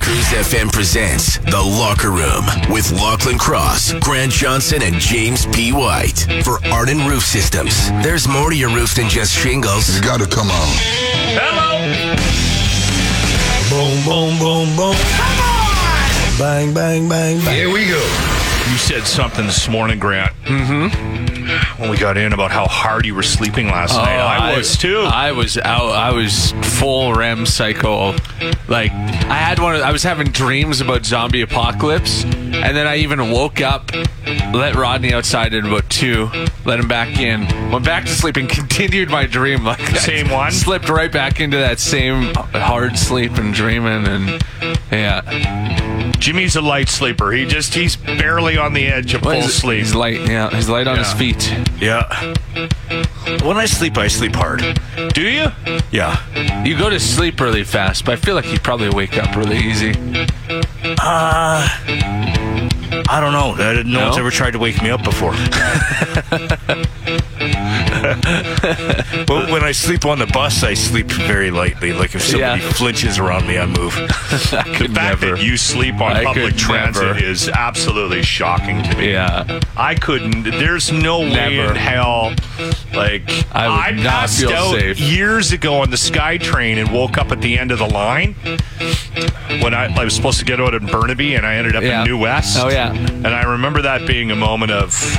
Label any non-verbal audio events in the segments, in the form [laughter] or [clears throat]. Cruise FM presents The Locker Room with Lachlan Cross, Grant Johnson, and James P. White. For Arden Roof Systems, there's more to your roof than just shingles. You gotta come on. Boom, boom, boom, boom. Bang, bang, bang, bang. Here we go. You said something this morning, Grant. Mm-hmm. When we got in about how hard you were sleeping last night, Oh, I, was too. Mm-hmm. Oh, I was out. I was full REM cycle. Like I had one. Of, I was having dreams about zombie apocalypse, and then I even woke up, let Rodney outside at about two, let him back in, went back to sleep, and [laughs] continued my dream. Like I Same one? Slipped right back into that same hard sleep and dreaming, and yeah, Jimmy's a light sleeper. He just he's barely on the edge of What full is it? sleep. He's light. Yeah, he's light on his Yeah. feet. Yeah. When I sleep, I sleep hard. Do you? Yeah. You go to sleep really fast, but I feel like you probably wake up really easy. [laughs] Uh, I don't know. I didn't- no, No? one's ever tried to wake me up before. [laughs] But when I sleep on the bus, I sleep very lightly. Like if somebody Yeah. flinches around me, I move. The fact never. that you sleep on I public could transit never. is absolutely shocking to me. Yeah. I couldn't. There's no way Never. in hell. Like I would not passed feel out safe. years ago on the SkyTrain and woke up at the end of the line when I, I was supposed to get out in Burnaby and I ended up Yeah. in New West. Oh, yeah. And I remember that being a moment of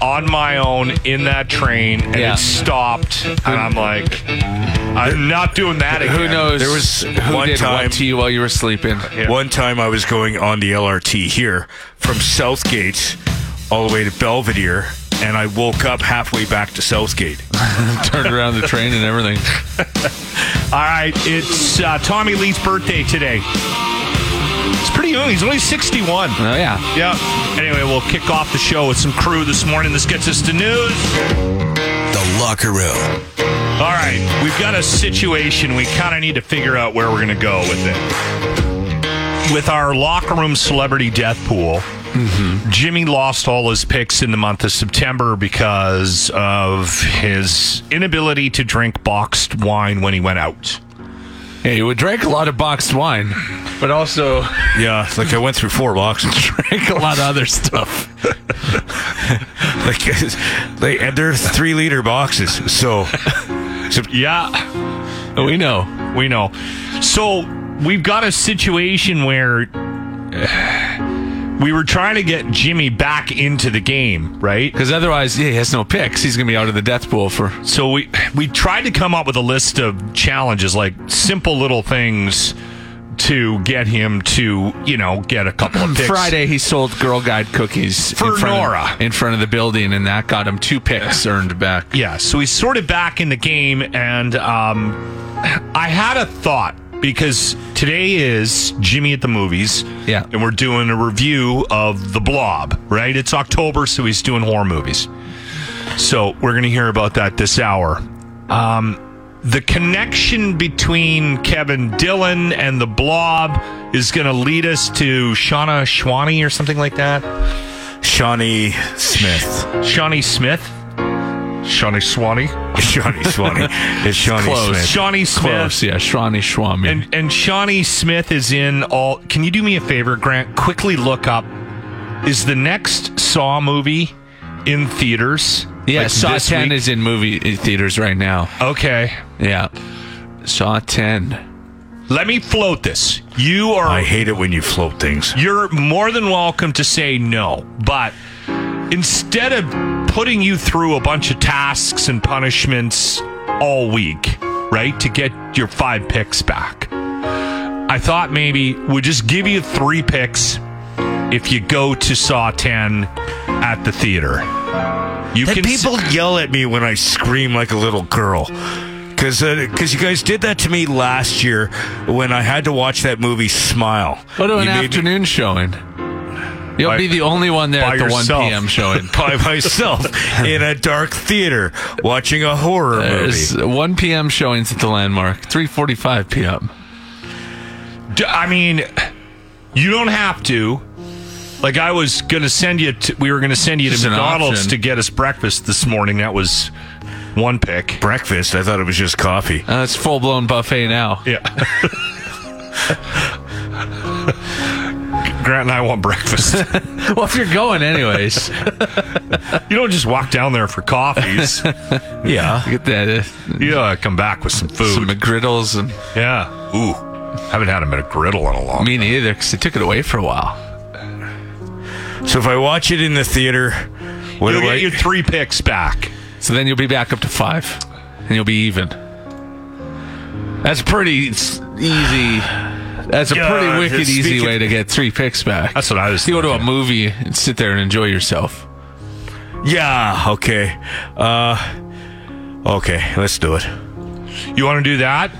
on my own in that train and Yeah. it stopped and I'm like, I'm not doing that again. Who knows? There was who one did time- what to you while you were sleeping. Yeah. One time I was going on the LRT here from Southgate all the way to Belvedere, and I woke up halfway back to Southgate. [laughs] Turned around the train and everything. All right, it's uh, Tommy Lee's birthday today. It's pretty young. He's only [laughs] 61. Oh yeah. Yeah. Anyway, we'll kick off the show with some crew this morning. This gets us to news. The Locker Room. All right, we've got a situation. We kind of need to figure out where we're going to go with it. With our locker room celebrity death pool, Jimmy lost all his picks in the month of September because of his inability to drink boxed wine when he went out. Hey, you would drink a lot of boxed wine, but also Yeah, like I went through four boxes. drink a lot of other stuff. like, like, and they're three liter boxes. So, Yeah. [laughs] We know. We know. So we've got a situation where [sighs] uh, we were trying to get Jimmy back into the game, right? Because otherwise, yeah, he has no picks. He's gonna be out of the death pool for. So we we tried to come up with a list of challenges, like simple little things to get him to, you know, get a couple [clears throat] of picks. Friday, he sold Girl Guide cookies For in front Nora. of, in front of the building, and that got him two picks earned back. Yeah, so he's sort of back in the game, and um, I had a thought because today is Jimmy at the movies. Yeah. And we're doing a review of The Blob, right? It's October, so he's doing horror movies. So we're going to hear about that this hour. Um, the connection between Kevin Dillon and The Blob is going to lead us to Shauna Schwani or something like that. Shawnee Smith. Shawnee Smith. Shawnee Swanee. Shawnee Swanee. It's Shawnee Smith. Shawnee Smith. Close, yeah. Shawnee Schwam. yeah. And and Shawnee Smith is in all. Can you do me a favor, Grant? Quickly look up. Is the next Saw movie in theaters? Yeah, Like Saw this 10 week? is in movie theaters right now. okay. Yeah. Saw 10. Let me float this. You are I hate it when you float things. you're more than welcome to say no, but instead of putting you through a bunch of tasks and punishments all week, right, to get your five picks back, I thought maybe we'll just give you three picks if you go to Saw 10 at the theater. You Then can s- [laughs] people yell at me when I scream like a little girl. because because you guys did that to me last year when I had to watch that movie Smile. What you an made me- afternoon showing. You'll By- be the only one there by at the yourself. 1 p.m. [laughs] showing. by myself in a dark theater watching a horror There's 1 p.m. showings at the landmark. 3:45 p.m. D- I mean, you don't have to. Like I was gonna send you. To, we were gonna send you It's to an McDonald's option. to get us breakfast this morning. That was one pick. breakfast. I thought it was just coffee. Uh, it's full blown buffet now. [laughs] Yeah. Grant and I want [laughs] breakfast. [laughs] Well, if you're going [laughs] anyways, you don't just walk down there for [laughs] coffees. Yeah, get that uh, You gotta come back with some food. some McGriddles and yeah. Ooh. Haven't had them at a griddle in a long. me neither because they took it away for a while. so if I watch it in the theater, what You'll do I? get your three picks back. So then you'll be back up to five, and you'll be even. That's pretty s- easy. [sighs] That's a pretty Yeah, wicked just easy speaking- way to get three picks back. That's what I was. you go to a thinking. movie and sit there and enjoy yourself. yeah, okay, uh, okay, let's do it. You want to do that?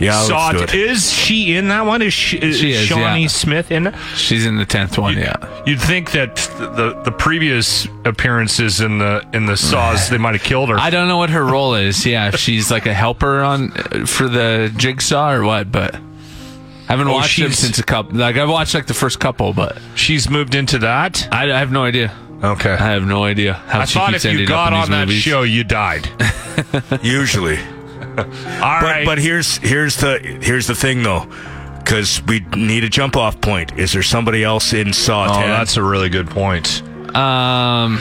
Yeah, Saw- let's do it. Is she in that one? Is, she, is, She is, Shawnee yeah. Smith in it? She's in the tenth one. Yeah. You'd think that the the previous appearances in the in the saws they might have killed her. I don't know what her role is. Yeah, if she's like a helper on for the jigsaw or what, but I haven't Oh, watched them she's- since a couple. Like I've watched like the first couple, but She's moved into that. I, I have no idea. Okay. I have no idea how I she thought if keeps you ending got up on that in these movies. show, you [laughs] died. [laughs] Usually, All right, but but here's here's the here's the thing though, because we need a jump off point. Is there somebody else in Saw? oh, 10? that's a really good point. Um,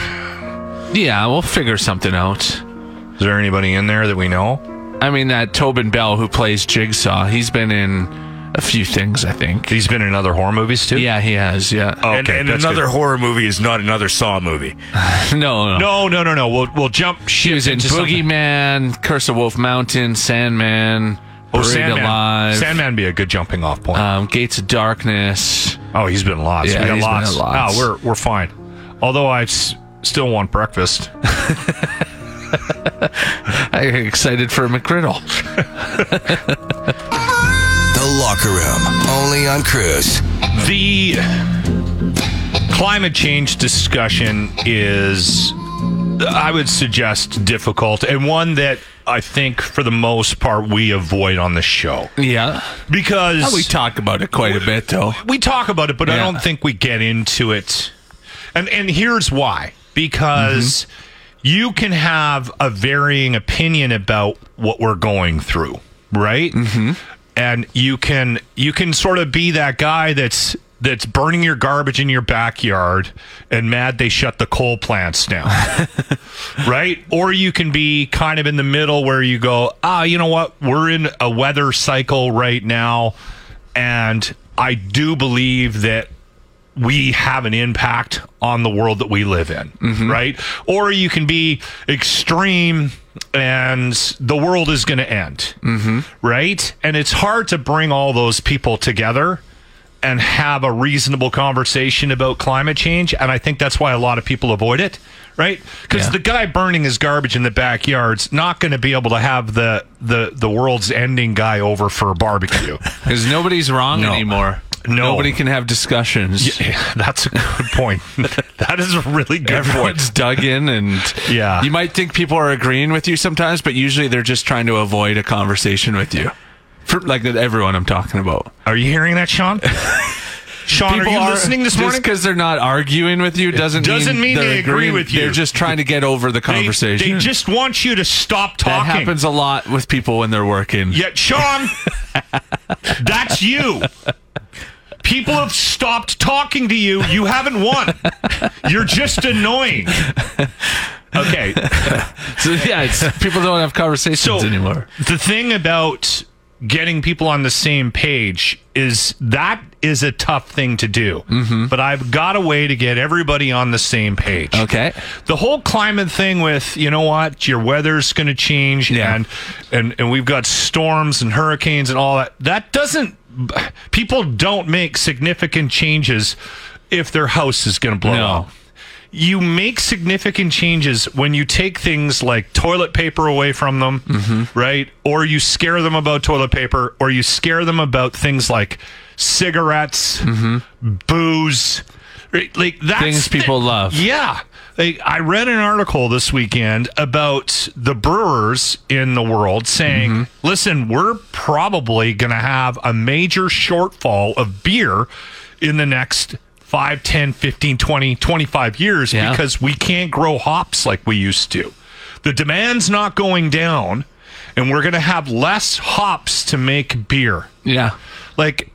yeah, we'll figure something out. Is there anybody in there that we know? I mean, that Tobin Bell who plays Jigsaw, he's been in a few things, I think. He's been in other horror movies too. Yeah, he has. Yeah. Oh. and, okay, and that's another good. horror movie is not another [laughs] Saw movie. [laughs] no, no, No, no, no, no. We'll we'll jump. He was in into something- Boogeyman, Curse of Wolf Mountain, Sandman, Oh, Buried Sandman. Alive. Sandman be a good jumping off point. um, Gates of Darkness. Oh, he's been lost. Yeah, we got he's been lost. at lots. Oh, we're we're fine. Although I s- still want breakfast. [laughs] I'm excited for McGriddle. The Locker Room, only on Cruise. The climate change discussion is, I would suggest, difficult and one that I think, for the most part, we avoid on the show [laughs] Yeah. because Oh, We talk about it quite a bit, though. we talk about it, but I Yeah. don't think we get into it. And and here's why: because you can have a varying opinion about what we're going through, right? Mm-hmm. And you can you can sort of be that guy that's that's burning your garbage in your backyard and mad they shut the coal plants down right? Or you can be kind of in the middle where you go, ah, you know what? We're in a weather cycle right now. And I do believe that we have an impact on the world that we live in, right? Or you can be extreme and the world is going to end, right? And it's hard to bring all those people together and have a reasonable conversation about climate change. And I think that's why a lot of people avoid it, right? Because Yeah. the guy burning his garbage in the backyard's not going to be able to have the, the, the world's ending guy over for a [laughs] barbecue. [laughs] Because nobody's wrong anymore. No. Nobody can have discussions. Yeah, that's a good point. [laughs] that is a really good [laughs] Everyone's point. dug in, [laughs] and Yeah. you might think people are agreeing with you sometimes, but usually they're just trying to avoid a conversation with you. For like that, everyone I'm talking about. Are you hearing that, [laughs] Sean? Sean, are you listening this morning? because they're not arguing with you doesn't doesn't mean they're they agree agreeing. with you. They're just trying to get over the They- conversation. They, just want you to stop that talking. happens a lot with people when they're working. Yet, Sean, that's you. People have stopped talking to you. You haven't won. You're just annoying. [laughs] Okay. So, [laughs] yeah, it's, people don't have conversations anymore. The thing about getting people on the same page is that is a tough thing to do. Mm-hmm. But I've got a way to get everybody on the same page. Okay. The whole climate thing with, you know what, your weather's going to change Yeah. and and and we've got storms and hurricanes and all that. That doesn't people don't make significant changes if their house is going to blow No. up. you make significant changes when you take things like toilet paper away from them, Mm-hmm. right? Or you scare them about toilet paper, or you scare them about things like cigarettes, Mm-hmm. booze, right? like that's Things the- people love. Yeah. Like, I read an article this weekend about the brewers in the world saying, Mm-hmm. listen, we're probably going to have a major shortfall of beer in the next 5, 10, 15, 20, 25 years Yeah. because we can't grow hops like we used to. The demand's not going down, and we're going to have less hops to make beer. Yeah. Like,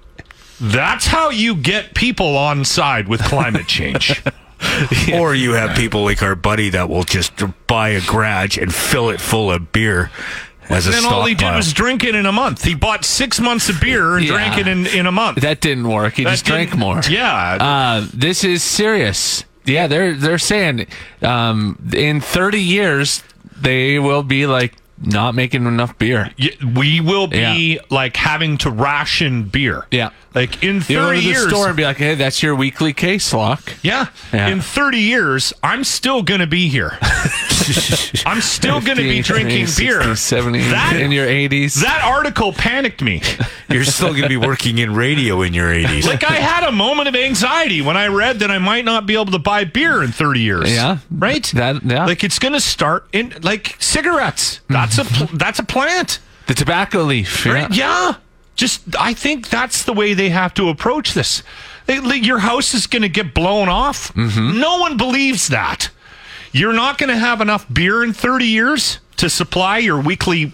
that's how you get people on side with climate [laughs] change. Or you have people like our buddy that will just buy a garage and fill it full of beer as a And then all he did stockpile. was drink it in a month. He bought six months of beer and Yeah. drank it in, in a month. That didn't work. He That just drank didn't- more. Yeah. Uh, this is serious. Yeah, they're they're saying um, in 30 years they will be like not making enough beer. Y- we will be like having to ration beer. Yeah. Like in You go to 30 the years. store and be like, "Hey, that's your weekly case lock." yeah, Yeah. In 30 years, I'm still going to be [laughs] here. I'm still going to be 50, drinking 60, beer. 70 in that, your 80s. that article panicked me. You're still going [laughs] to be working in radio in your 80s. like I had a moment of anxiety when I read that I might not be able to buy beer in 30 years. Yeah. Right? That- yeah. Like it's going to start in like cigarettes. That's a pl- that's a plant. the tobacco leaf. Yeah. Right? Yeah. Just I think that's the way they have to approach this. They- like, your house is going to get blown off. Mm-hmm. No one believes that. You're not going to have enough beer in 30 years to supply your weekly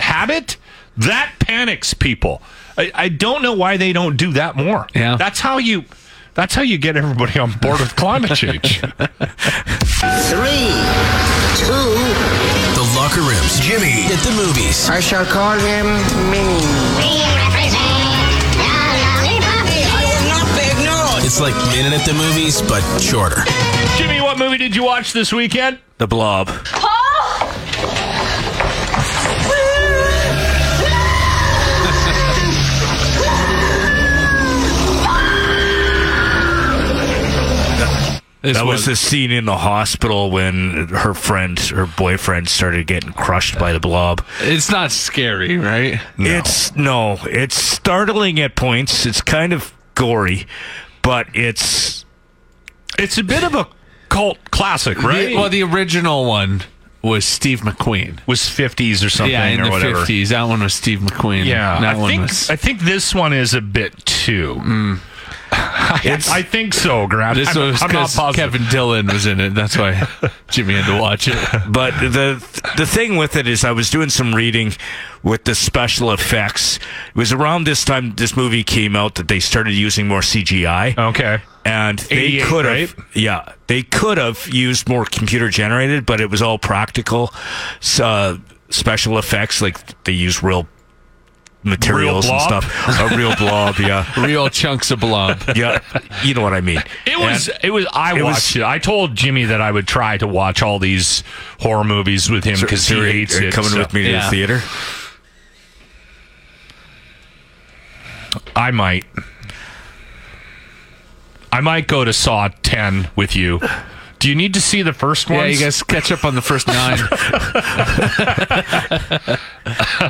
habit. That panics people. I, I don't know why they don't do that more. Yeah. That's how you that's how you get everybody on board with climate [laughs] change. Three, two. The Locker Room's Jimmy at the movies. I shall call him Minnie. We represent the lollipop. I will not be ignored. It's like Minute at the movies, but shorter. Jimmy, what movie did you watch this weekend? the blob. This That was was the scene in the hospital when her friend, her boyfriend, started getting crushed by the blob. it's not scary, right? It's no, it's startling at points. It's kind of gory, but it's It's a bit of a cult classic, right? The- well, the original one was Steve McQueen. was 50s or something yeah, in or the whatever. 50s. That one was Steve McQueen. Yeah, that I one think was. I think this one is a bit too. [laughs] it's I think so, Grant. This I'm, was I'm not because positive. Kevin Dillon was in it. That's why [laughs] Jimmy had to watch it. but the the thing with it is I was doing some reading with the special effects. It was around this time this movie came out that they started using more CGI. Okay, and they 88, could right? have yeah they could have used more computer generated but it was all practical s- uh, special effects like they use real materials and blob? stuff a real blob [laughs] yeah Real chunks [laughs] of blob. yeah you know what i mean it was it was. I it was- watched it. I told Jimmy that I would try to watch all these horror movies with him because he hates it. uh, coming so- with me to Yeah. the theater I might. I might go to Saw 10 with you. Do you need to see the first one? Yeah, you guys catch up on the first [laughs] nine.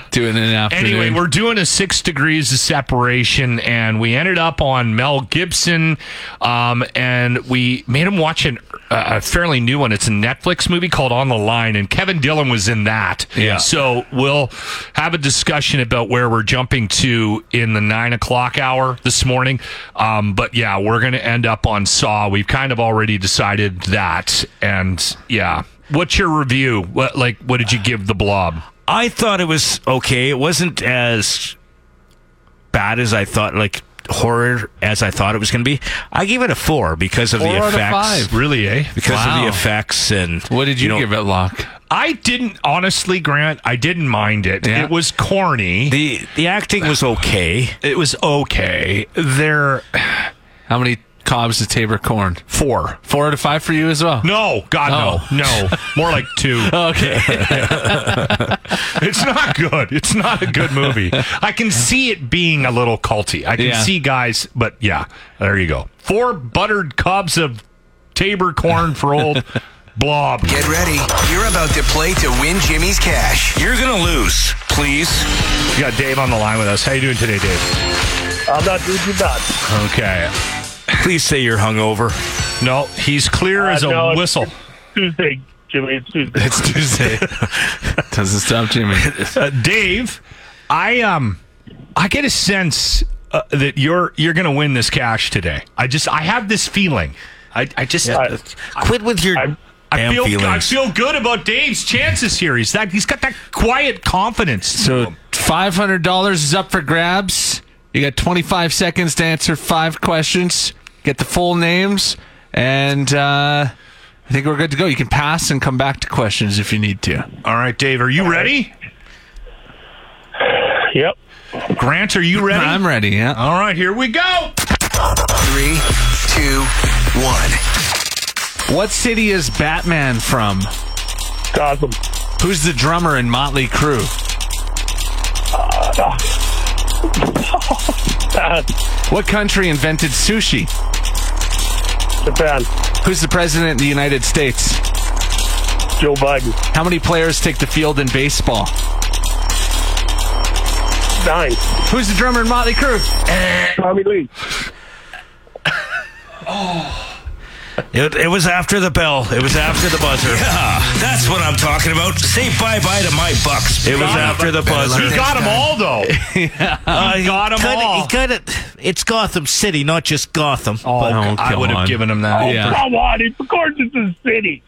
[laughs] Do it in an afternoon. Anyway, we're doing a six degrees of separation, and we ended up on Mel Gibson, um, and we made him watch an, a fairly new one. It's a Netflix movie called On the Line, and Kevin Dillon was in that. Yeah. So we'll have a discussion about where we're jumping to in the nine o'clock hour this morning. Um, but yeah, we're going to end up on Saw. We've kind of already decided that, and yeah. What's your review? What like what did you give the blob? i thought it was okay it wasn't as bad as i thought like horror as i thought it was going to be i gave it a four because of Four the out of effects five. Really, eh? because of Wow. the effects and what did you, know, give it, Locke? I didn't honestly, Grant. I didn't mind it. Yeah. It was corny. the the acting was okay it was okay. There How many cobs of Tabor corn? four. Four out of five for you as well. No, God Oh. no, no. [laughs] More like two. Okay. It's not good. It's not a good movie. I can see it being a little culty. I can Yeah. see guys, but yeah, there you go. Four buttered cobs of Tabor corn for [laughs] old blob. Get ready. You're about to play to win Jimmy's cash. You're gonna lose. Please. We got Dave on the line with us. How you doing today, Dave? I'm not doing too bad. Okay. Please say you're hungover. No, he's clear as a Uh, no, it's- whistle. Tuesday, Jimmy. It's Tuesday. It's Tuesday. Doesn't stop Jimmy. Uh, Dave, I um, I get a sense uh, that you're you're gonna win this cash today. I just I have this feeling. I, I just uh, Quit with your I'm- I damn feel I feelings. feel good about Dave's chances here. He's that he's got that quiet confidence. [laughs] So five hundred dollars is up for grabs. You got twenty five seconds to answer five questions. Get the full names, and uh, I think we're good to go. You can pass and come back to questions if you need to. All right, Dave, are you ready? Yep. Grant, are you ready? I'm ready. Yeah. All right, here we go. Three, two, one. What city is Batman from? Gotham. Who's the drummer in Motley Crue? What country invented sushi? Japan. Who's the president of the United States? Joe Biden. How many players take the field in baseball? Nine. Who's the drummer in Motley Crue? Tommy Lee. It, it was after the bell. It was after the buzzer. Yeah, that's what I'm talking about. Say bye bye to my bucks. It was after the buzzer. He got them all [laughs] though. Uh, he got 'em kinda- all. He got it. It's Gotham City, not just Gotham. Oh, I come would on. have given him that. Yeah. Come on, it's of course it's a city.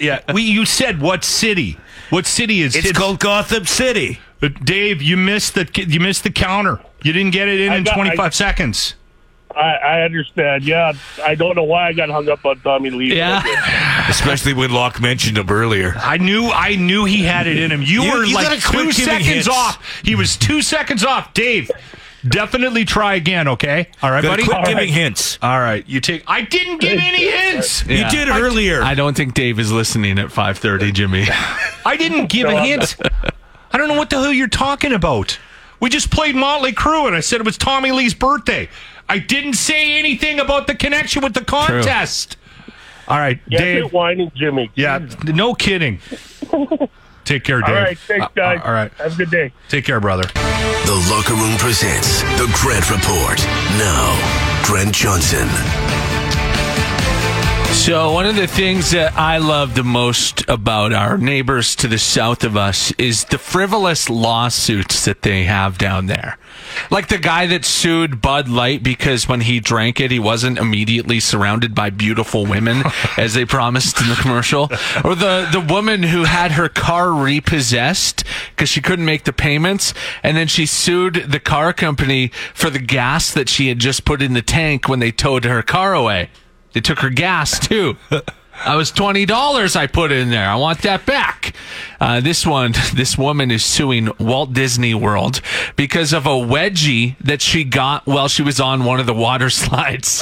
yeah. We, you said what city? What city is it's it? called Gotham City. But Dave, you missed the you missed the counter. You didn't get it in I in got- 25 seconds. I, I understand. Yeah, I don't know why I got hung up on Tommy Lee. Yeah. Especially when Locke mentioned him earlier. I knew I knew he had it in him. You, You- were you like gotta quit two giving seconds hints. off. He was two seconds off. Dave, definitely try again. Okay. All right, buddy. quit All giving right. hints. All right, you take. I didn't give any hints. Yeah. You did earlier. I don't think Dave is listening at 5:30, Jimmy. I didn't give a hint. I don't know what the hell you're talking about. We just played Motley Crue, and I said it was Tommy Lee's birthday. I didn't say anything about the connection with the contest. All right, Yeah, Dave. quit whining, Jimmy. Yeah, no [laughs] kidding. Take care, Dave. Uh, All right, thanks, guys. all right. Have a good day. Take care, brother. The Locker Room presents The Grant Report. Now, Grant Johnson. So, one of the things that I love the most about our neighbors to the south of us is the frivolous lawsuits that they have down there. Like the guy that sued Bud Light because when he drank it, he wasn't immediately surrounded by beautiful women, as they promised in the commercial. Or the, the woman who had her car repossessed because she couldn't make the payments. And then she sued the car company for the gas that she had just put in the tank when they towed her car away. They took her gas too. I was twenty dollars I put in there. I want that back. Uh, this one, [laughs] this woman is suing Walt Disney World because of a wedgie that she got while she was on one of the water [laughs] slides.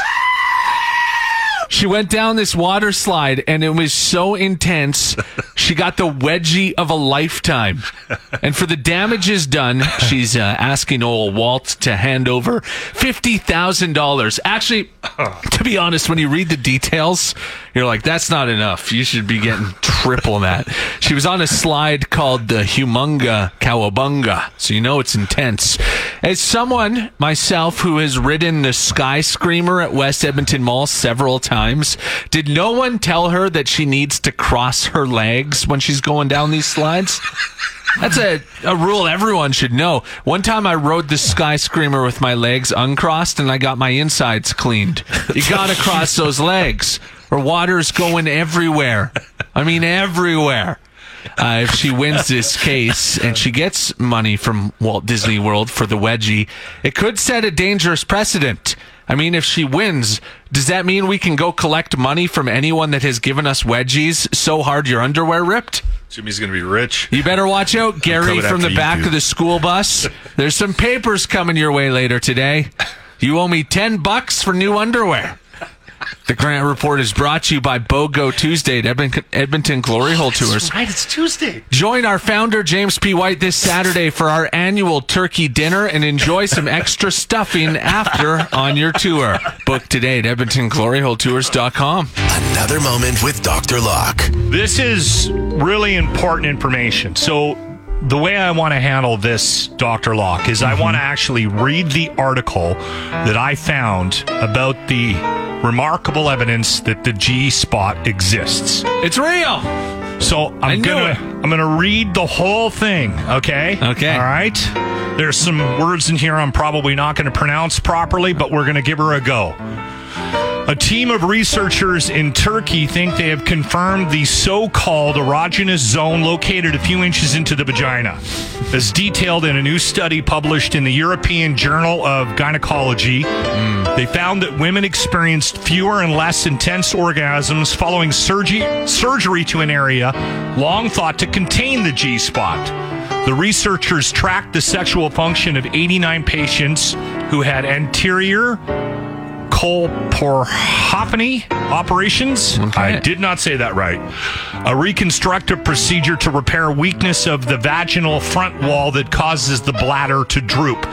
She went down this water slide and it was so intense. She got the wedgie of a lifetime. And for the damages done, she's uh, asking old Walt to hand over $50,000. Actually, to be honest, when you read the details, you're like, that's not enough. You should be getting triple that. She was on a slide called the Humunga Cowabunga. So you know it's intense. As someone, myself, who has ridden the Sky Screamer at West Edmonton Mall several times, did no one tell her that she needs to cross her legs when she's going down these slides? That's a, a rule everyone should know. One time I rode the Sky Screamer with my legs uncrossed and I got my insides cleaned. You gotta cross those legs or water's going everywhere. I mean, everywhere. Uh, if she wins this case and she gets money from Walt Disney World for the wedgie, it could set a dangerous precedent. I mean, if she wins, does that mean we can go collect money from anyone that has given us wedgies so hard your underwear ripped? Jimmy's going to be rich. You better watch out, Gary, coming from the after you, back dude. of the school bus. There's some papers coming your way later today. You owe me 10 bucks for new underwear. The Grant Report is brought to you by BOGO Tuesday at Edmont- Edmonton Glory Hole Tours. Right, it's Tuesday. Join our founder, James P. White, this Saturday for our annual turkey dinner and enjoy some extra stuffing after on your tour. Book today at EdmontonGloryHoleTours.com. Another moment with Dr. Locke. This is really important information. So, the way I want to handle this, Dr. Locke, is Mm-hmm. I want to actually read the article that I found about the remarkable evidence that the G spot exists. It's real. So I I'm knew gonna it. I'm gonna read the whole thing. Okay. Okay. All right. There's some words in here I'm probably not going to pronounce properly, but we're going to give her a go. A team of researchers in Turkey think they have confirmed the so called erogenous zone located a few inches into the vagina, as detailed in a new study published in the European Journal of Gynecology. They found that women experienced fewer and less intense orgasms following surgery, surgery to an area long thought to contain the G spot. The researchers tracked the sexual function of 89 patients who had anterior colporhophony operations. I did not say that right. A reconstructive procedure to repair weakness of the vaginal front wall that causes the bladder to droop.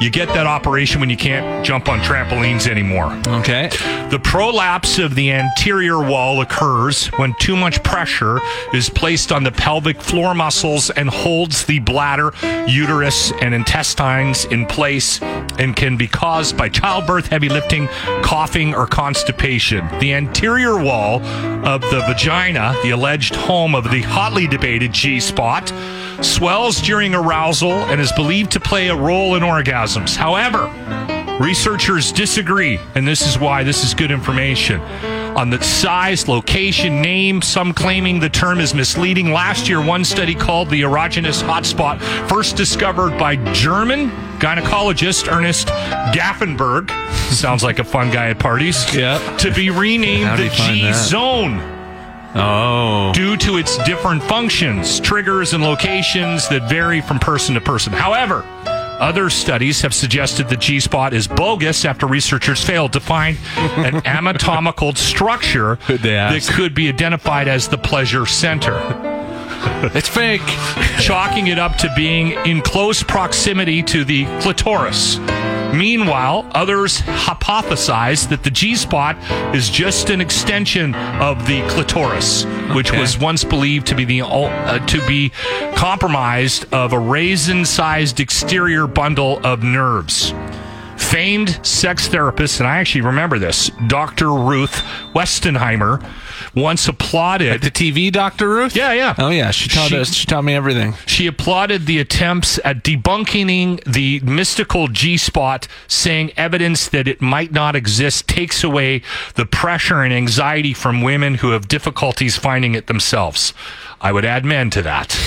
You get that operation when you can't jump on trampolines anymore. Okay. The prolapse of the anterior wall occurs when too much pressure is placed on the pelvic floor muscles and holds the bladder, uterus, and intestines in place and can be caused by childbirth, heavy lifting, coughing, or constipation. The anterior wall of the vagina, the alleged home of the hotly debated G spot, swells during arousal and is believed to play a role in orgasms. However, Researchers disagree, and this is why this is good information. On the size, location, name, some claiming the term is misleading. Last year, one study called the erogenous hotspot, first discovered by German gynecologist Ernest Gaffenberg, [laughs] sounds like a fun guy at parties, Yeah. to be renamed How'd the he find G that? zone Oh. due to its different functions, triggers, and locations that vary from person to person. However, other studies have suggested the G spot is bogus after researchers failed to find an anatomical structure Could they that ask? could be identified as the pleasure center It's fake. chalking it up to being in close proximity to the clitoris. Meanwhile, others hypothesize that the G spot is just an extension of the clitoris, which Okay. was once believed to be the ul- uh, to be compromised of a raisin-sized exterior bundle of nerves. Famed sex therapist, and I actually remember this, Dr. Ruth Westenheimer, once applauded. The TV, Dr. Ruth? Yeah, yeah. Oh, yeah. She taught She- us. She taught me everything. She applauded the attempts at debunking the mystical G spot, saying evidence that it might not exist takes away the pressure and anxiety from women who have difficulties finding it themselves. I would add men to that.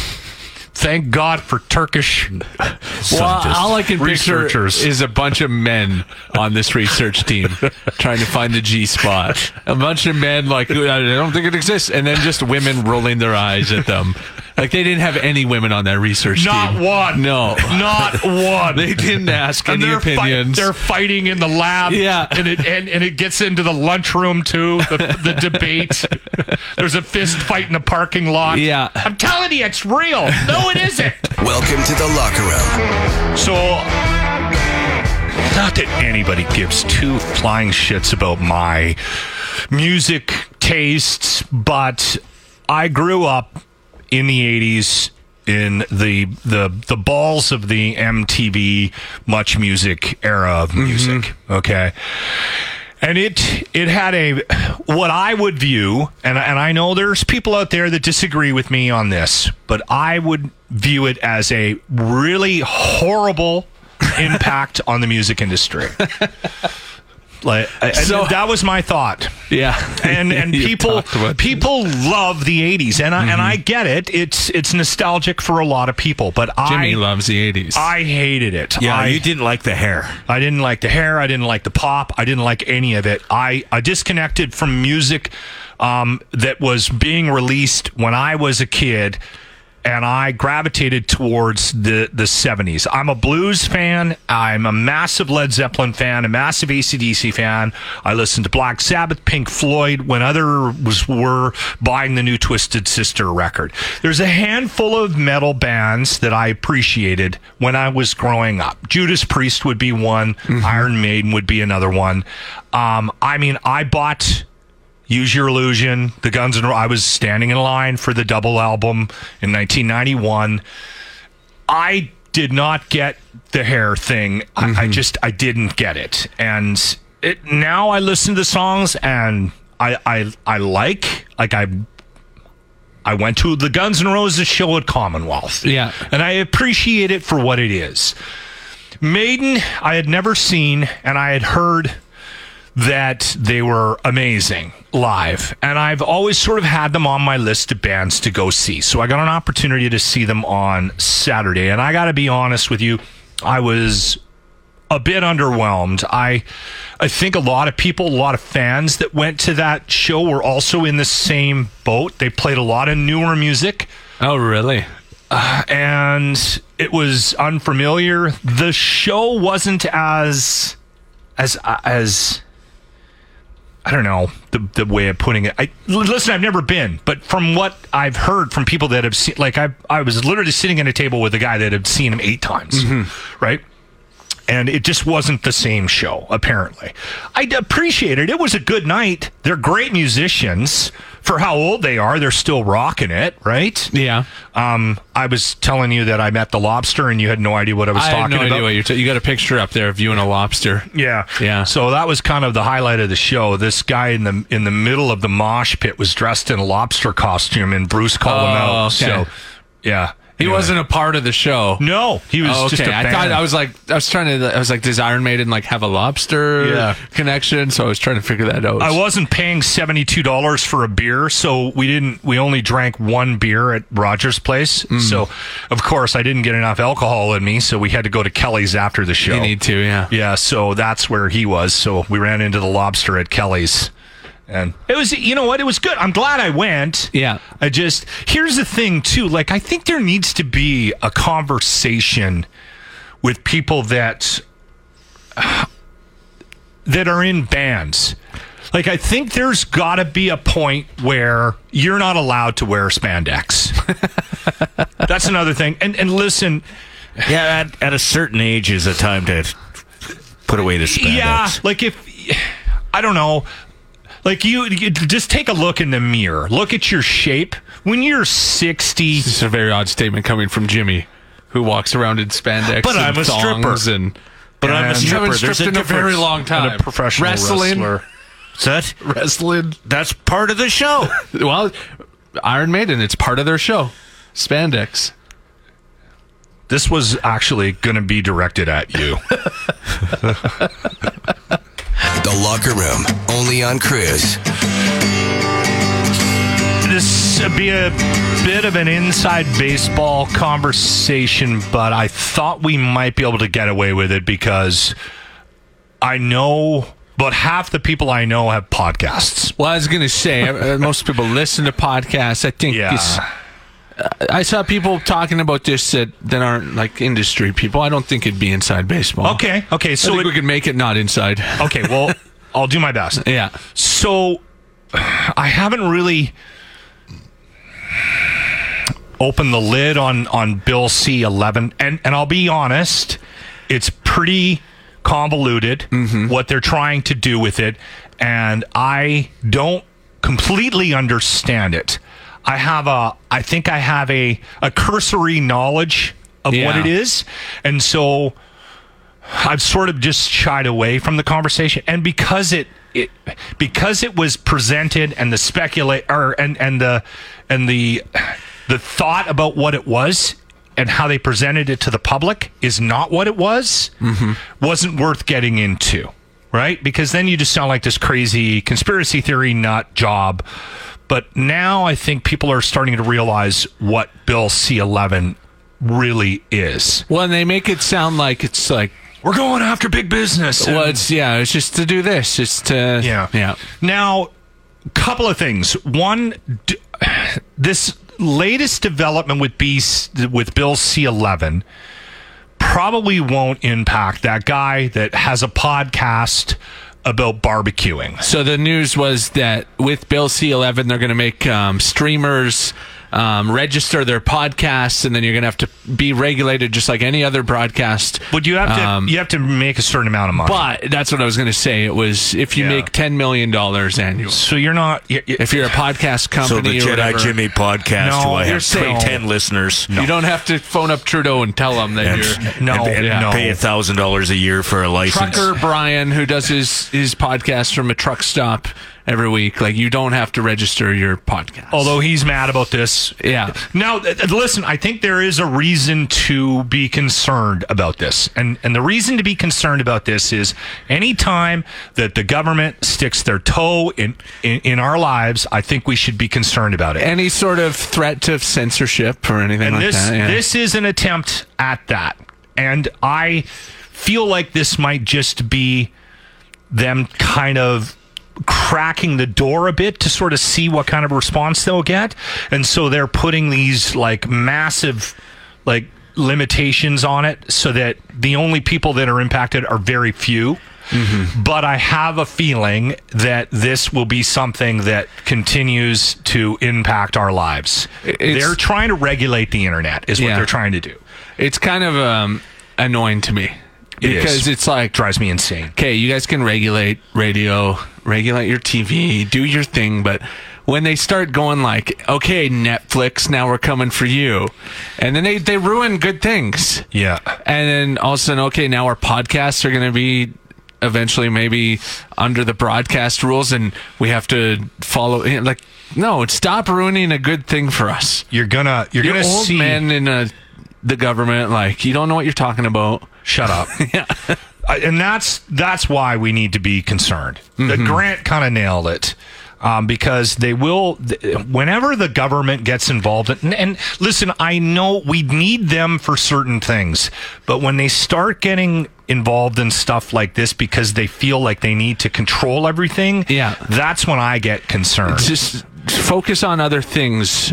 Thank God for Turkish Well, all I can picture researchers. is a bunch of men on this [laughs] research team trying to find the G spot. A bunch of men like I don't think it exists, and then just women rolling their eyes at them, like they didn't have any women on that research not team. one, No, not [laughs] one. they didn't ask And any they're, fi- opinions. they're fighting in the lab. Yeah. And it, and, and it gets into the lunchroom, too, the, the debate. [laughs] There's a fist fight in the parking lot. Yeah. I'm telling you, it's real. No, it isn't. Welcome to the locker room. so, not that anybody gives two flying shits about my music tastes, but I grew up in the 80s in the the the balls of the MTV much music era of music okay and it it had a what I would view, and and I know there's people out there that disagree with me on this, but I would view it as a really horrible impact on the music industry. Like and So- that was my thought [laughs] yeah, [laughs] and and You people talked about- Mm-hmm. people love the 80s and I, and I get it it's it's nostalgic for a lot of people but Jimmy I loves the eighties. I hated it Yeah, I, you didn't like the hair. I didn't like the hair. I didn't like the pop. I didn't like any of it. I, I disconnected from music um, that was being released when I was a kid. and I gravitated towards the the 70s. I'm a blues fan. I'm a massive Led Zeppelin fan, a massive ACDC fan. I listened to Black Sabbath, Pink Floyd when others were buying the new Twisted Sister record. There's a handful of metal bands that I appreciated when I was growing up. Judas Priest would be one, Iron Maiden would be another one. Um, I mean, I bought Use Your Illusion, the Guns and I was standing in line for the double album in 1991. I did not get the hair thing. I, I just I didn't get it, and it, now I listen to the songs and I I I like like I. I went to the Guns N' Roses show at Commonwealth. Yeah. And I appreciate it for what it is. Maiden, I had never seen, and I had heard that they were amazing live. And I've always sort of had them on my list of bands to go see. So I got an opportunity to see them on Saturday. And I got to be honest with you, I was a bit underwhelmed. I I think a lot of people, a lot of fans that went to that show were also in the same boat. They played a lot of newer music Oh, really? and it was unfamiliar. The show wasn't as as as I don't know the the way of putting it. I l- listen. I've never been, but from what I've heard from people that have seen, like I I was literally sitting at a table with a guy that had seen him eight times, right? And it just wasn't the same show. Apparently, I d- appreciate it. It was a good night. They're great musicians for how old they are. They're still rocking it, right? Yeah. Um, I was telling you that I met the lobster, and you had no idea what I was I have talking no idea about. what you're. T- you got a picture up there of you and a lobster. yeah, Yeah. So that was kind of the highlight of the show. This guy in the in the middle of the mosh pit was dressed in a lobster costume, and Bruce called him Oh, out. okay. So, yeah, He Anyway. wasn't a part of the show. No, he was Oh, just a okay. I fan. thought I was like I was trying to I was like does Iron Maiden like have a lobster Yeah. connection? So I was trying to figure that out. I wasn't paying seventy two dollars for a beer, so we didn't. We only drank one beer at Roger's place. Mm. So, of course, I didn't get enough alcohol in me, so we had to go to Kelly's after the show. You need to, yeah. Yeah, so that's where he was. So we ran into the lobster at Kelly's. And it was, you know what? It was good. I'm glad I went. Yeah. I just, here's the thing, too. Like, I think there needs to be a conversation with people that [sighs] that are in bands. Like I think there's got to be a point where you're not allowed to wear spandex. [laughs] That's another thing. And and listen, Yeah, at, at a certain age is a time to put away the spandex. Yeah, like if I don't know, like you, you just take a look in the mirror. Look at your shape. When you're 60, This is a very odd statement coming from Jimmy, who walks around in spandex. But and I'm a thongs stripper. and but I'm a And- you stripper. haven't There's stripped a in a very difference. long time. a professional wrestling, wrestler. Is that wrestling. that's part of the show. Well, Iron Maiden, it's part of their show. Spandex. [laughs] This was actually going to be directed at you. The Locker Room, only on Cruise. [laughs] this would be a bit of an inside baseball conversation, but I thought we might be able to get away with it because I know, but half the people I know have podcasts. Well, I was gonna say uh, most people listen to podcasts. I think Yeah. it's- uh, I saw people talking about this that, that aren't like industry people. I don't think it'd be inside baseball. Okay. Okay. I So think it, we could make it not inside. okay. [laughs] Well, I'll do my best. Yeah. So I haven't really opened the lid on on Bill C eleven, and and I'll be honest, it's pretty convoluted what they're trying to do with it, and I don't completely understand it. I have a I think I have a a cursory knowledge of what Yeah. it is, and so I've sort of just shied away from the conversation, and because it it because it was presented and the speculate or and and the and the the thought about what it was and how they presented it to the public is not what it was wasn't worth getting into right because then you just sound like this crazy conspiracy theory nut job but now i think people are starting to realize what bill c11 really is Well, and they make it sound like it's like we're going after big business well, it's yeah, it's just to do this, it's to Yeah. yeah. Now, couple of things. One, d- this latest development with B with Bill C11 probably won't impact that guy that has a podcast about barbecuing. So the news was that with Bill C11, they're going to make um, streamers um, register their podcasts, and then you're going to have to be regulated just like any other broadcast. Would you have to Um, you have to make a certain amount of money? But that's what I was going to say. It was if you Yeah. make ten million dollars annual, so you're not [laughs] you- you- if you're a podcast So the company, or Jedi whatever, Jimmy podcast, No, who I you're have saying- 10 listeners. you don't have to phone up Trudeau and tell him that and, you're No, and, and yeah. pay a thousand dollars a year for a license. trucker Brian who does his his podcast from a truck stop every week. Like you don't have to register your podcast. although he's mad about this. Yeah. Now, th- th- listen, I think there is a reason to be concerned about this. And and the reason to be concerned about this is anytime that the government sticks their toe in in, in our lives, I think we should be concerned about it. any sort of threat to censorship or anything and like this that. yeah. this is an attempt at that and i feel like this might just be them kind of cracking the door a bit to sort of see what kind of response they'll get and so they're putting these like massive like limitations on it so that the only people that are impacted are very few Mm-hmm. but I have a feeling that this will be something that continues to impact our lives. It's- they're trying to regulate the internet, is what Yeah. they're trying to do. it's kind of um, annoying to me It is. because it's like Drives me insane. okay, you guys can regulate radio, regulate your TV, do your thing, but when they start going like, okay, Netflix, now we're coming for you, and then they they ruin good things. Yeah. And then all of a sudden, okay, now our podcasts are going to be eventually maybe under the broadcast rules, and we have to follow. you know, Like, no, stop ruining a good thing for us. You're gonna you're, You're gonna old see men in a, the government, like you don't know what you're talking about. shut [laughs] up. I- and that's that's why we need to be concerned. The grant kind of nailed it. Um, because they will, th- whenever the government gets involved, and, and listen, I know we need them for certain things, but when they start getting involved in stuff like this because they feel like they need to control everything, Yeah. that's when I get concerned. Just focus on other things.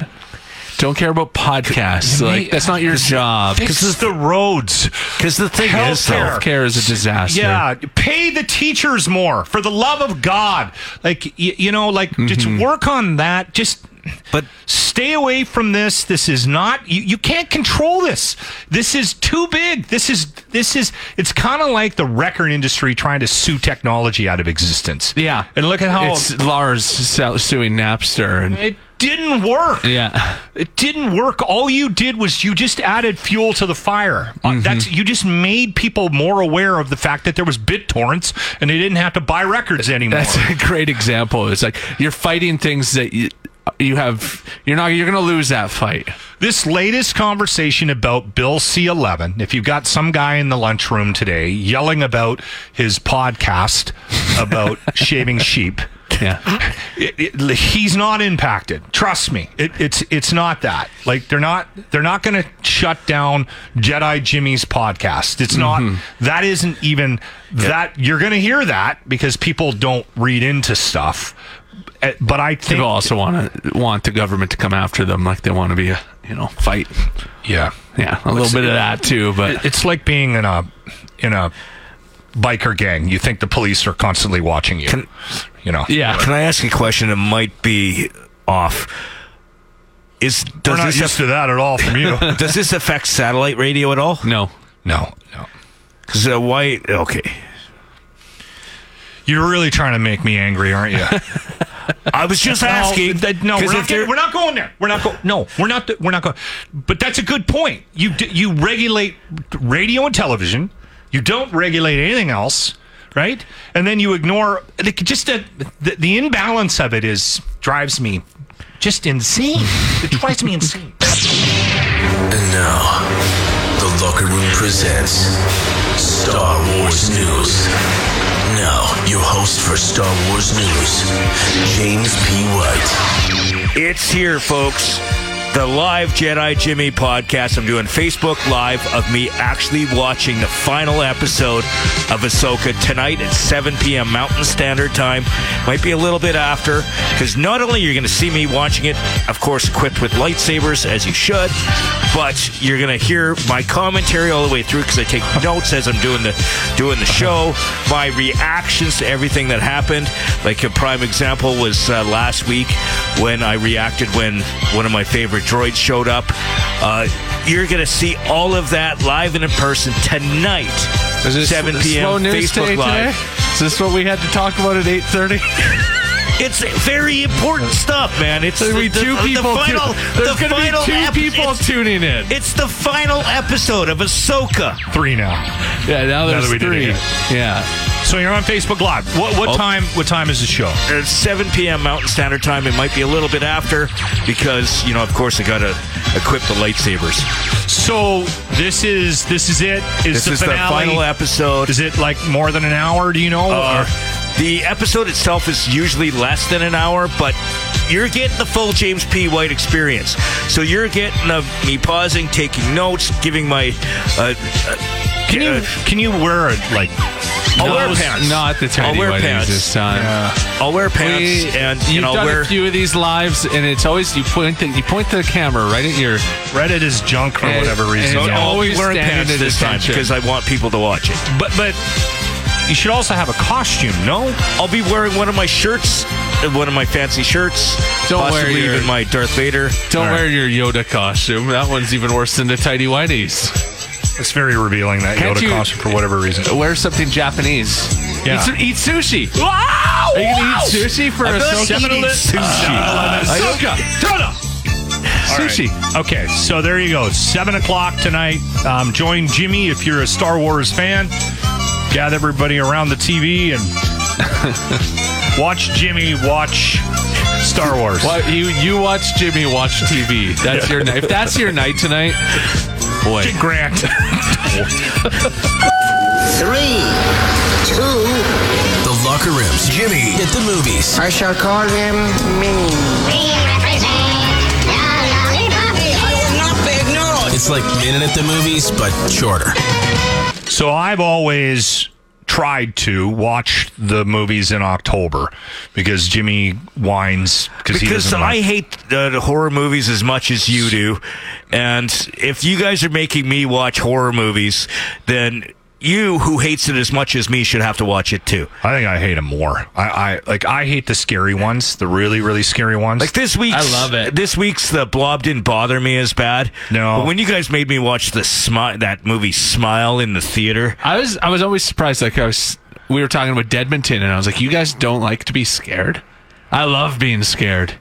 Don't care about podcasts. Like that's not your job. This is the roads. Because the thing is, though, Healthcare. Care is a disaster. Yeah, pay the teachers more for the love of God. Like y- you know, like just work on that. Just Mm-hmm. But- stay away from this. This is not you, you can't control this. This is too big. This is this is it's kind of like the record industry trying to sue technology out of existence. yeah. And look at how it's Lars su- suing Napster, and it didn't work. yeah, It didn't work. All you did was you just added fuel to the fire. Uh, That's you just made people more aware of the fact that there was BitTorrents and they didn't have to buy records anymore. [laughs] that's a great example. It's like you're fighting things that you you have. You're not. You're gonna lose that fight. this latest conversation about Bill C11, if you've got some guy in the lunchroom today yelling about his podcast about shaving sheep, Yeah. it, it, he's not impacted. Trust me, it, it's it's not that. Like they're not they're not going to shut down Jedi Jimmy's podcast. It's not that isn't even that you're going to hear that because people don't read into stuff. Uh, But I think People also want to want the government to come after them, like they want to be a you know fight. yeah, Yeah, a little bit of that too, but it's like being in a in a biker gang. You think the police are constantly watching you. you know. yeah. can I ask a question that might be off? Is We're does not this used to that at all from you. aff- does this affect satellite radio at all? No, no, no. Because uh, why? Okay, You're really trying to make me angry, aren't [laughs] you? I was just asking. No, that- no 'cause we're, if not getting, they're- we're not going there. We're not going. No, we're not. We're not going. But that's a good point. You d- you regulate radio and television. You don't regulate anything else, right? And then you ignore like, just the, the the imbalance of it is drives me just insane. it drives me insane. And now, the locker room presents Star Wars News. Now, your host for Star Wars News, James P. White. It's here, folks. the live Jedi Jimmy podcast. I'm doing Facebook Live of me actually watching the final episode of Ahsoka tonight at 7 p.m. Mountain Standard Time. Might be a little bit after, because not only you're going to see me watching it, of course, equipped with lightsabers, as you should, but you're going to hear my commentary all the way through because I take notes as I'm doing the doing the show, my reactions to everything that happened. Like a prime example was uh, last week when I reacted when one of my favorite droids showed up. Uh, you're going to see all of that live and in person tonight, 7 slow p.m. news Facebook day Live. today? Is this what we had to talk about at 8.30? It's very important stuff, man. It's There's the, going to be two the- the people. tu- final. There's the going to final be two ep- people it's- tuning in. It's the final episode of Ahsoka. Three now. Yeah, now that there's we did three. it. Yeah. So you're on Facebook Live. What what Oh. time? What time is the show? It's 7 p.m. Mountain Standard Time. It might be a little bit after because, you know, of course, I got to equip the lightsabers. So this is this is it. Is This the is the finale? final episode. is it like more than an hour? Do you know? Uh, Or- the episode itself is usually less than an hour, but you're getting the full James P. White experience. So you're getting uh, me pausing, taking notes, giving my. Uh, uh, can you can you wear it like? I'll wear nose- pants. Not the I'll tiny wear whiteys pants. this time. I'll wear pants We- and, you've you know, done wear. a few of these lives, and it's always you point the you point the camera right at your. Reddit is junk for And- whatever and reason. it's I'll Yeah. all- always always wearing standing pants at this time attention. because I want people to watch it. but but you should also have a costume. No. I'll be wearing one of my shirts, uh, one of my fancy shirts. Don't wear possibly your- even my Darth Vader. Don't wear your Yoda costume. That one's even worse than the tidy whiteys. It's very revealing that Can't Yoda you- costume for whatever reason. Wear something Japanese. Yeah. Eat, su- eat sushi. Are you gonna eat sushi for I a feel like eating sushi. sushi? Okay, so there you go. Seven o'clock tonight. Um, join Jimmy if you're a Star Wars fan. Gather everybody around the [laughs] TV and watch Jimmy watch Star Wars. Well, you you watch Jimmy watch TV. That's your night. If that's your night tonight, [laughs] boy. Grant. Three, two, The Locker Room's Jimmy at the movies. I shall call him Minnie. We represent the lollipop. I will not be ignored. It's like Minute at the movies, but shorter. So I've always tried to watch the movies in October because Jimmy whines because he Because doesn't. I like- hate uh, the horror movies as much as you do, and if you guys are making me watch horror movies, then you who hates it as much as me should have to watch it too. I think I hate him more. I, I like I hate the scary ones, the really really scary ones. Like this week's, I love it. This week's the blob didn't bother me as bad. No. but when you guys made me watch the smi- that movie Smile in the theater, I was I was always surprised. Like I was, we were talking about Deadmonton, and I was like, "You guys don't like to be scared. I love being scared.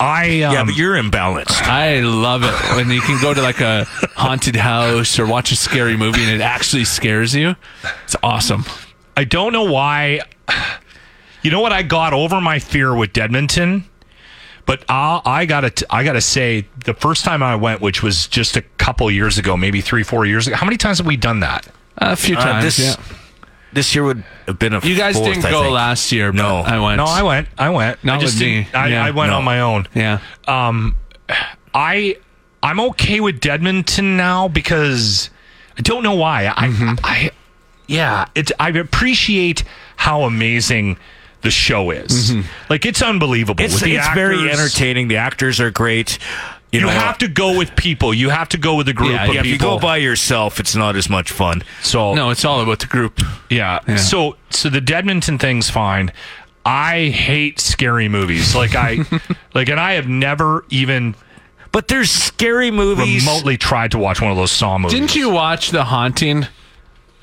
I um, yeah, but you're imbalanced. I love it when you can go to like a haunted house or watch a scary movie, and it actually scares you. It's awesome. I don't know why. You know what? I got over my fear with Dedmonton, but I, I gotta, t- I gotta say, the first time I went, which was just a couple years ago, maybe three, four years ago. How many times have we done that? A few Uh, times. this yeah. this year would have been a. You guys did didn't go last year. But No. I went. No, I went. I went. Not I just with me. didn't- I, Yeah. I went No. on my own. Yeah. I I'm okay with Dedmonton now because I don't know why. I Mm-hmm. I yeah, it's I appreciate how amazing the show is. Mm-hmm. Like it's unbelievable. It's, with the it's very actors. entertaining. The actors are great. You, You, know, have to go with people. You have to go with a group Yeah, of Yeah, if you people. go by yourself, it's not as much fun. so No, it's all about the group. yeah. So so the Dedmonton thing's fine. I hate scary movies. Like [laughs] I like and I have never even But there's scary movies. remotely tried to watch one of those Saw movies. Didn't you watch The Haunting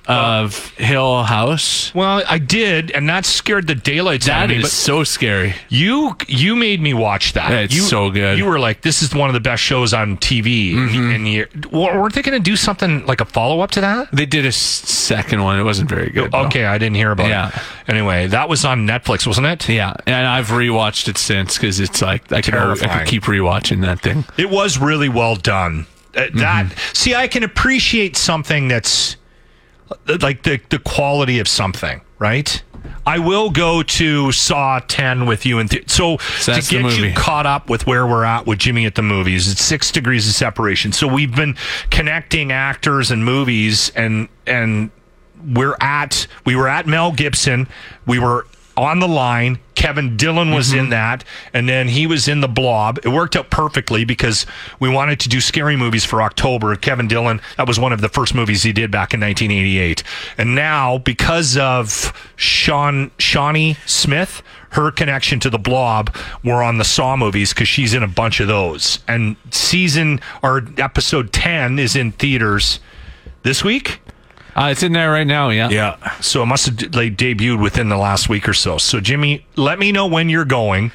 of Hill House? Well, I did, and that scared the daylights out That of me. is But so scary. you you made me watch that. Yeah, it's you, so good. Mm-hmm. You were like, "This is one of the best shows on TV." And you, and you- w- weren't they going to do something like a follow up to that? They did a s- second one. It wasn't very good. though. Okay, I didn't hear about Yeah. it. Anyway, that was on Netflix, wasn't it? Yeah, and I've rewatched it since because it's like I could, always, I Terrifying. could keep rewatching that thing. It was really well done. Uh, That Mm-hmm. see, I can appreciate something that's uh, like the the quality of something. right? I will go to Saw 10 with you. And th- so, to that's the get you movie. caught up with where we're at with Jimmy at the movies, it's six degrees of separation. So, we've been connecting actors and movies, and, and we're at, we were at Mel Gibson. We were on the line. Kevin Dillon was in that, and then he was in the blob. It worked out perfectly because we wanted to do scary movies for October. Kevin Dillon, that was one of the first movies he did back in 1988. And now, because of Sean Shawnee Smith, her connection to the blob, we're on the Saw movies because she's in a bunch of those. And season or episode 10 is in theaters this week. Uh, it's in there right now, yeah. Yeah. So it must have like, debuted within the last week or so. So Jimmy, let me know when you're going,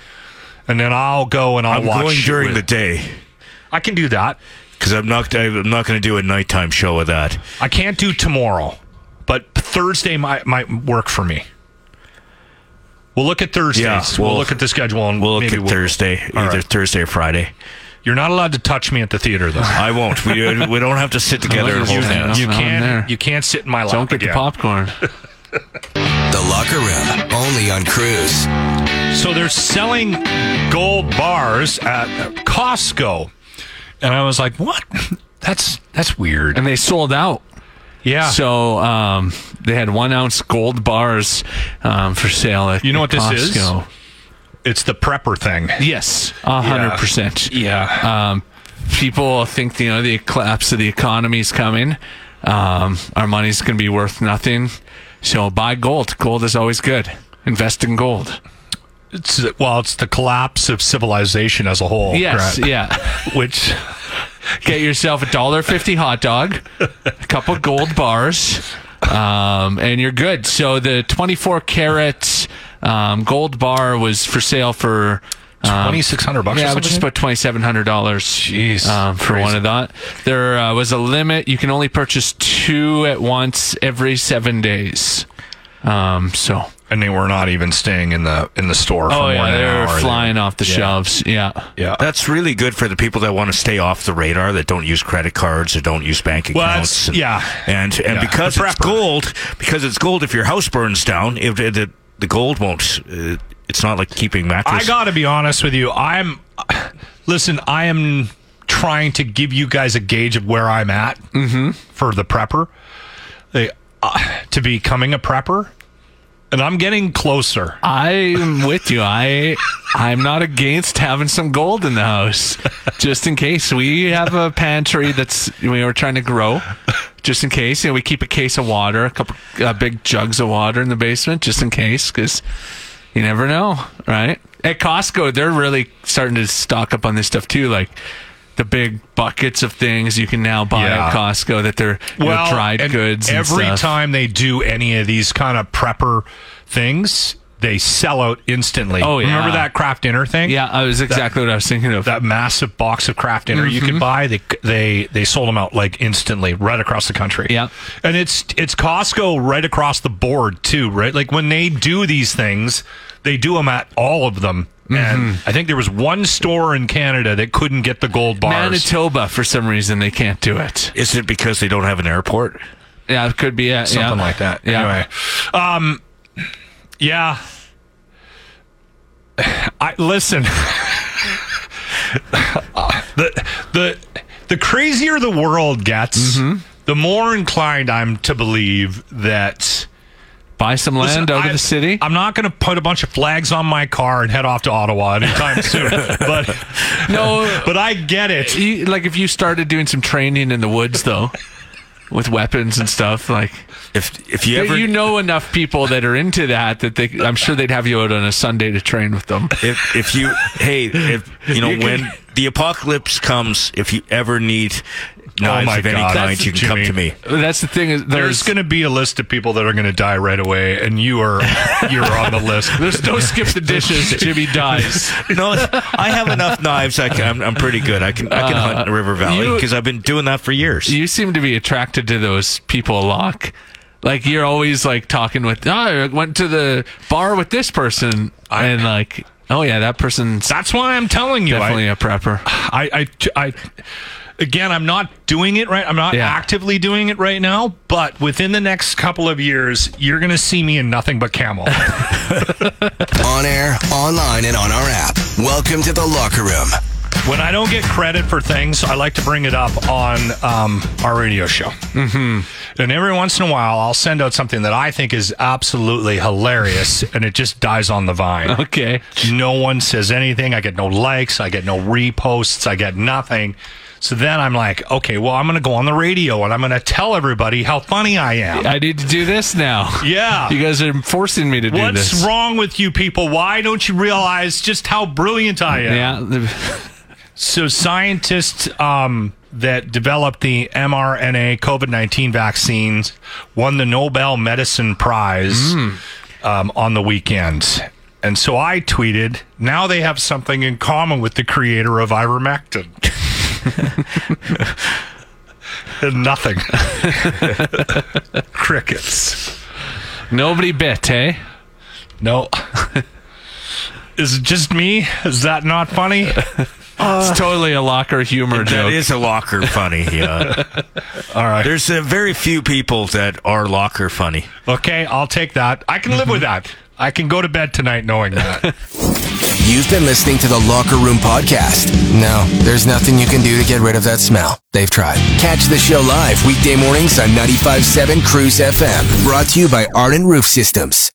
and then I'll go and I'll I'm watch going during with- the day I can do that. because I'm not. I'm not going to do a nighttime show of that. I can't do tomorrow, but Thursday might might work for me. We'll look at Thursdays. Yeah, we'll, we'll- look at the schedule and We'll look maybe at Thursday, All either right. Thursday or Friday. You're not allowed to touch me at the theater though. I won't. We we don't have to sit together and Unless hold you- hands. you not in there. can't. You can't sit in my lap. Don't get the again. [laughs] popcorn. The Locker Room, only on Cruise. So they're selling gold bars at Costco, and I was like, "What? [laughs] That's that's weird." and they sold out. yeah. So um, they had one ounce gold bars um, for sale at You know what this is? Costco. It's the prepper thing. Uh, Yes, a hundred percent. Yeah. Um, people think you know the collapse of the economy is coming. Um, our money's going to be worth nothing. So buy gold. Gold is always good. Invest in gold. It's well, it's the collapse of civilization as a whole. Yes, correct? [laughs] yeah. Which Get yourself a dollar fifty hot dog, a couple gold bars, um, and you're good. So the twenty four carat um, gold bar was for sale for um, twenty six hundred bucks. Yeah, or which is something? about twenty seven hundred dollars. Jeez, um, for crazy. one of that. There uh, was a limit; you can only purchase two at once every seven days. Um, so, and they were not even staying in the in the store. for oh more yeah, than an they're hour. flying off the shelves. Yeah, Yeah. That's really good for the people that want to stay off the radar, that don't use credit cards, that don't use bank Well, accounts. that's- yeah. and and Yeah. because The it's prepper. gold, because it's gold. If your house burns down, if the the, the gold won't, uh, it's not like keeping mattress. I got to be honest with you. I'm listen. I am trying to give you guys a gauge of where I'm at Mm-hmm. for the prepper. They, uh, to becoming a prepper, and I'm getting closer. I'm with you. I I'm not against having some gold in the house, just in case we have a pantry that's we were trying to grow. Just in case, you know, we keep a case of water, a couple uh, big jugs of water in the basement, just in case, because you never know, right? At Costco, they're really starting to stock up on this stuff too, like the big buckets of things you can now buy Yeah. at Costco that they're you know, dried and goods. and Every stuff. time they do any of these kind of prepper things, they sell out instantly. Oh, yeah. remember that craft dinner thing? yeah, I was exactly what I was thinking of. Mm-hmm. that massive box of craft dinner you could buy. They they they sold them out like instantly right across the country. Yeah. and it's it's Costco right across the board too. Right, like when they do these things, they do them at all of them. And Mm-hmm. I think there was one store in Canada that couldn't get the gold bars. Manitoba, for some reason, they can't do it. Is it because they don't have an airport? Yeah, it could be it. something yeah. like that. Yeah. Anyway, um, yeah. I listen. [laughs] the the the crazier the world gets, Mm-hmm. the more inclined I'm to believe that. Buy some land Listen, over I- the city. I'm not going to put a bunch of flags on my car and head off to Ottawa [laughs] anytime soon. But no, [laughs] but I get it. you, like if you started doing some training in the woods though, with weapons and stuff, like If if you ever you know enough people that are into that that they, I'm sure they'd have you out on a Sunday to train with them. if if you hey if you know You can- when the apocalypse comes, if you ever need knives Oh my of any God, kind, that's- you can come Jimmy. to me. That's the thing. Is There's there's going to be a list of people that are going to die right away, and you are you're on the [laughs] list. there's no skip [laughs] the dishes. Jimmy dies. No, I have enough knives. I can, I'm, I'm pretty good. I can I can hunt in the River Valley you- because I've been doing that for years. You seem to be attracted to those people a lot. Like you're always like talking with. Oh, I went to the bar with this person, and like, oh yeah, that person's That's why I'm telling you. [laughs] definitely I, a prepper. I, I, I, again, I'm not doing it right. I'm not Yeah. actively doing it right now, but within the next couple of years, you're going to see me in nothing but [laughs] camel. On air, online, and on our app. Welcome to the locker room. when I don't get credit for things, I like to bring it up on um, our radio show. Mm-hmm. And every once in a while, I'll send out something that I think is absolutely hilarious, and it just dies on the vine. [laughs] Okay. No one says anything. I get no likes. I get no reposts. I get nothing. So then I'm like, okay, well, I'm going to go on the radio and I'm going to tell everybody how funny I am. I need to do this now. Yeah. You guys are forcing me to do What's this. wrong with you people? Why don't you realize just how brilliant I am? Yeah. the- So scientists um, that developed the mRNA COVID nineteen vaccines won the Nobel Medicine Prize um, on the weekend, and so I tweeted, "Now they have something in common with the creator of ivermectin." [laughs] And Nothing. [laughs] Crickets. Nobody bit, eh? No. Is it just me? Is that not funny? Uh. it's totally a locker humor That joke. is a locker funny. Yeah. [laughs] All right. There's uh, very few people that are locker funny. Okay, I'll take that. I can live with that. I can go to bed tonight knowing that. You've been listening to the Locker Room Podcast. No, there's nothing you can do to get rid of that smell. They've tried. Catch the show live weekday mornings on 95.7 Cruise FM. Brought to you by Arden Roof Systems.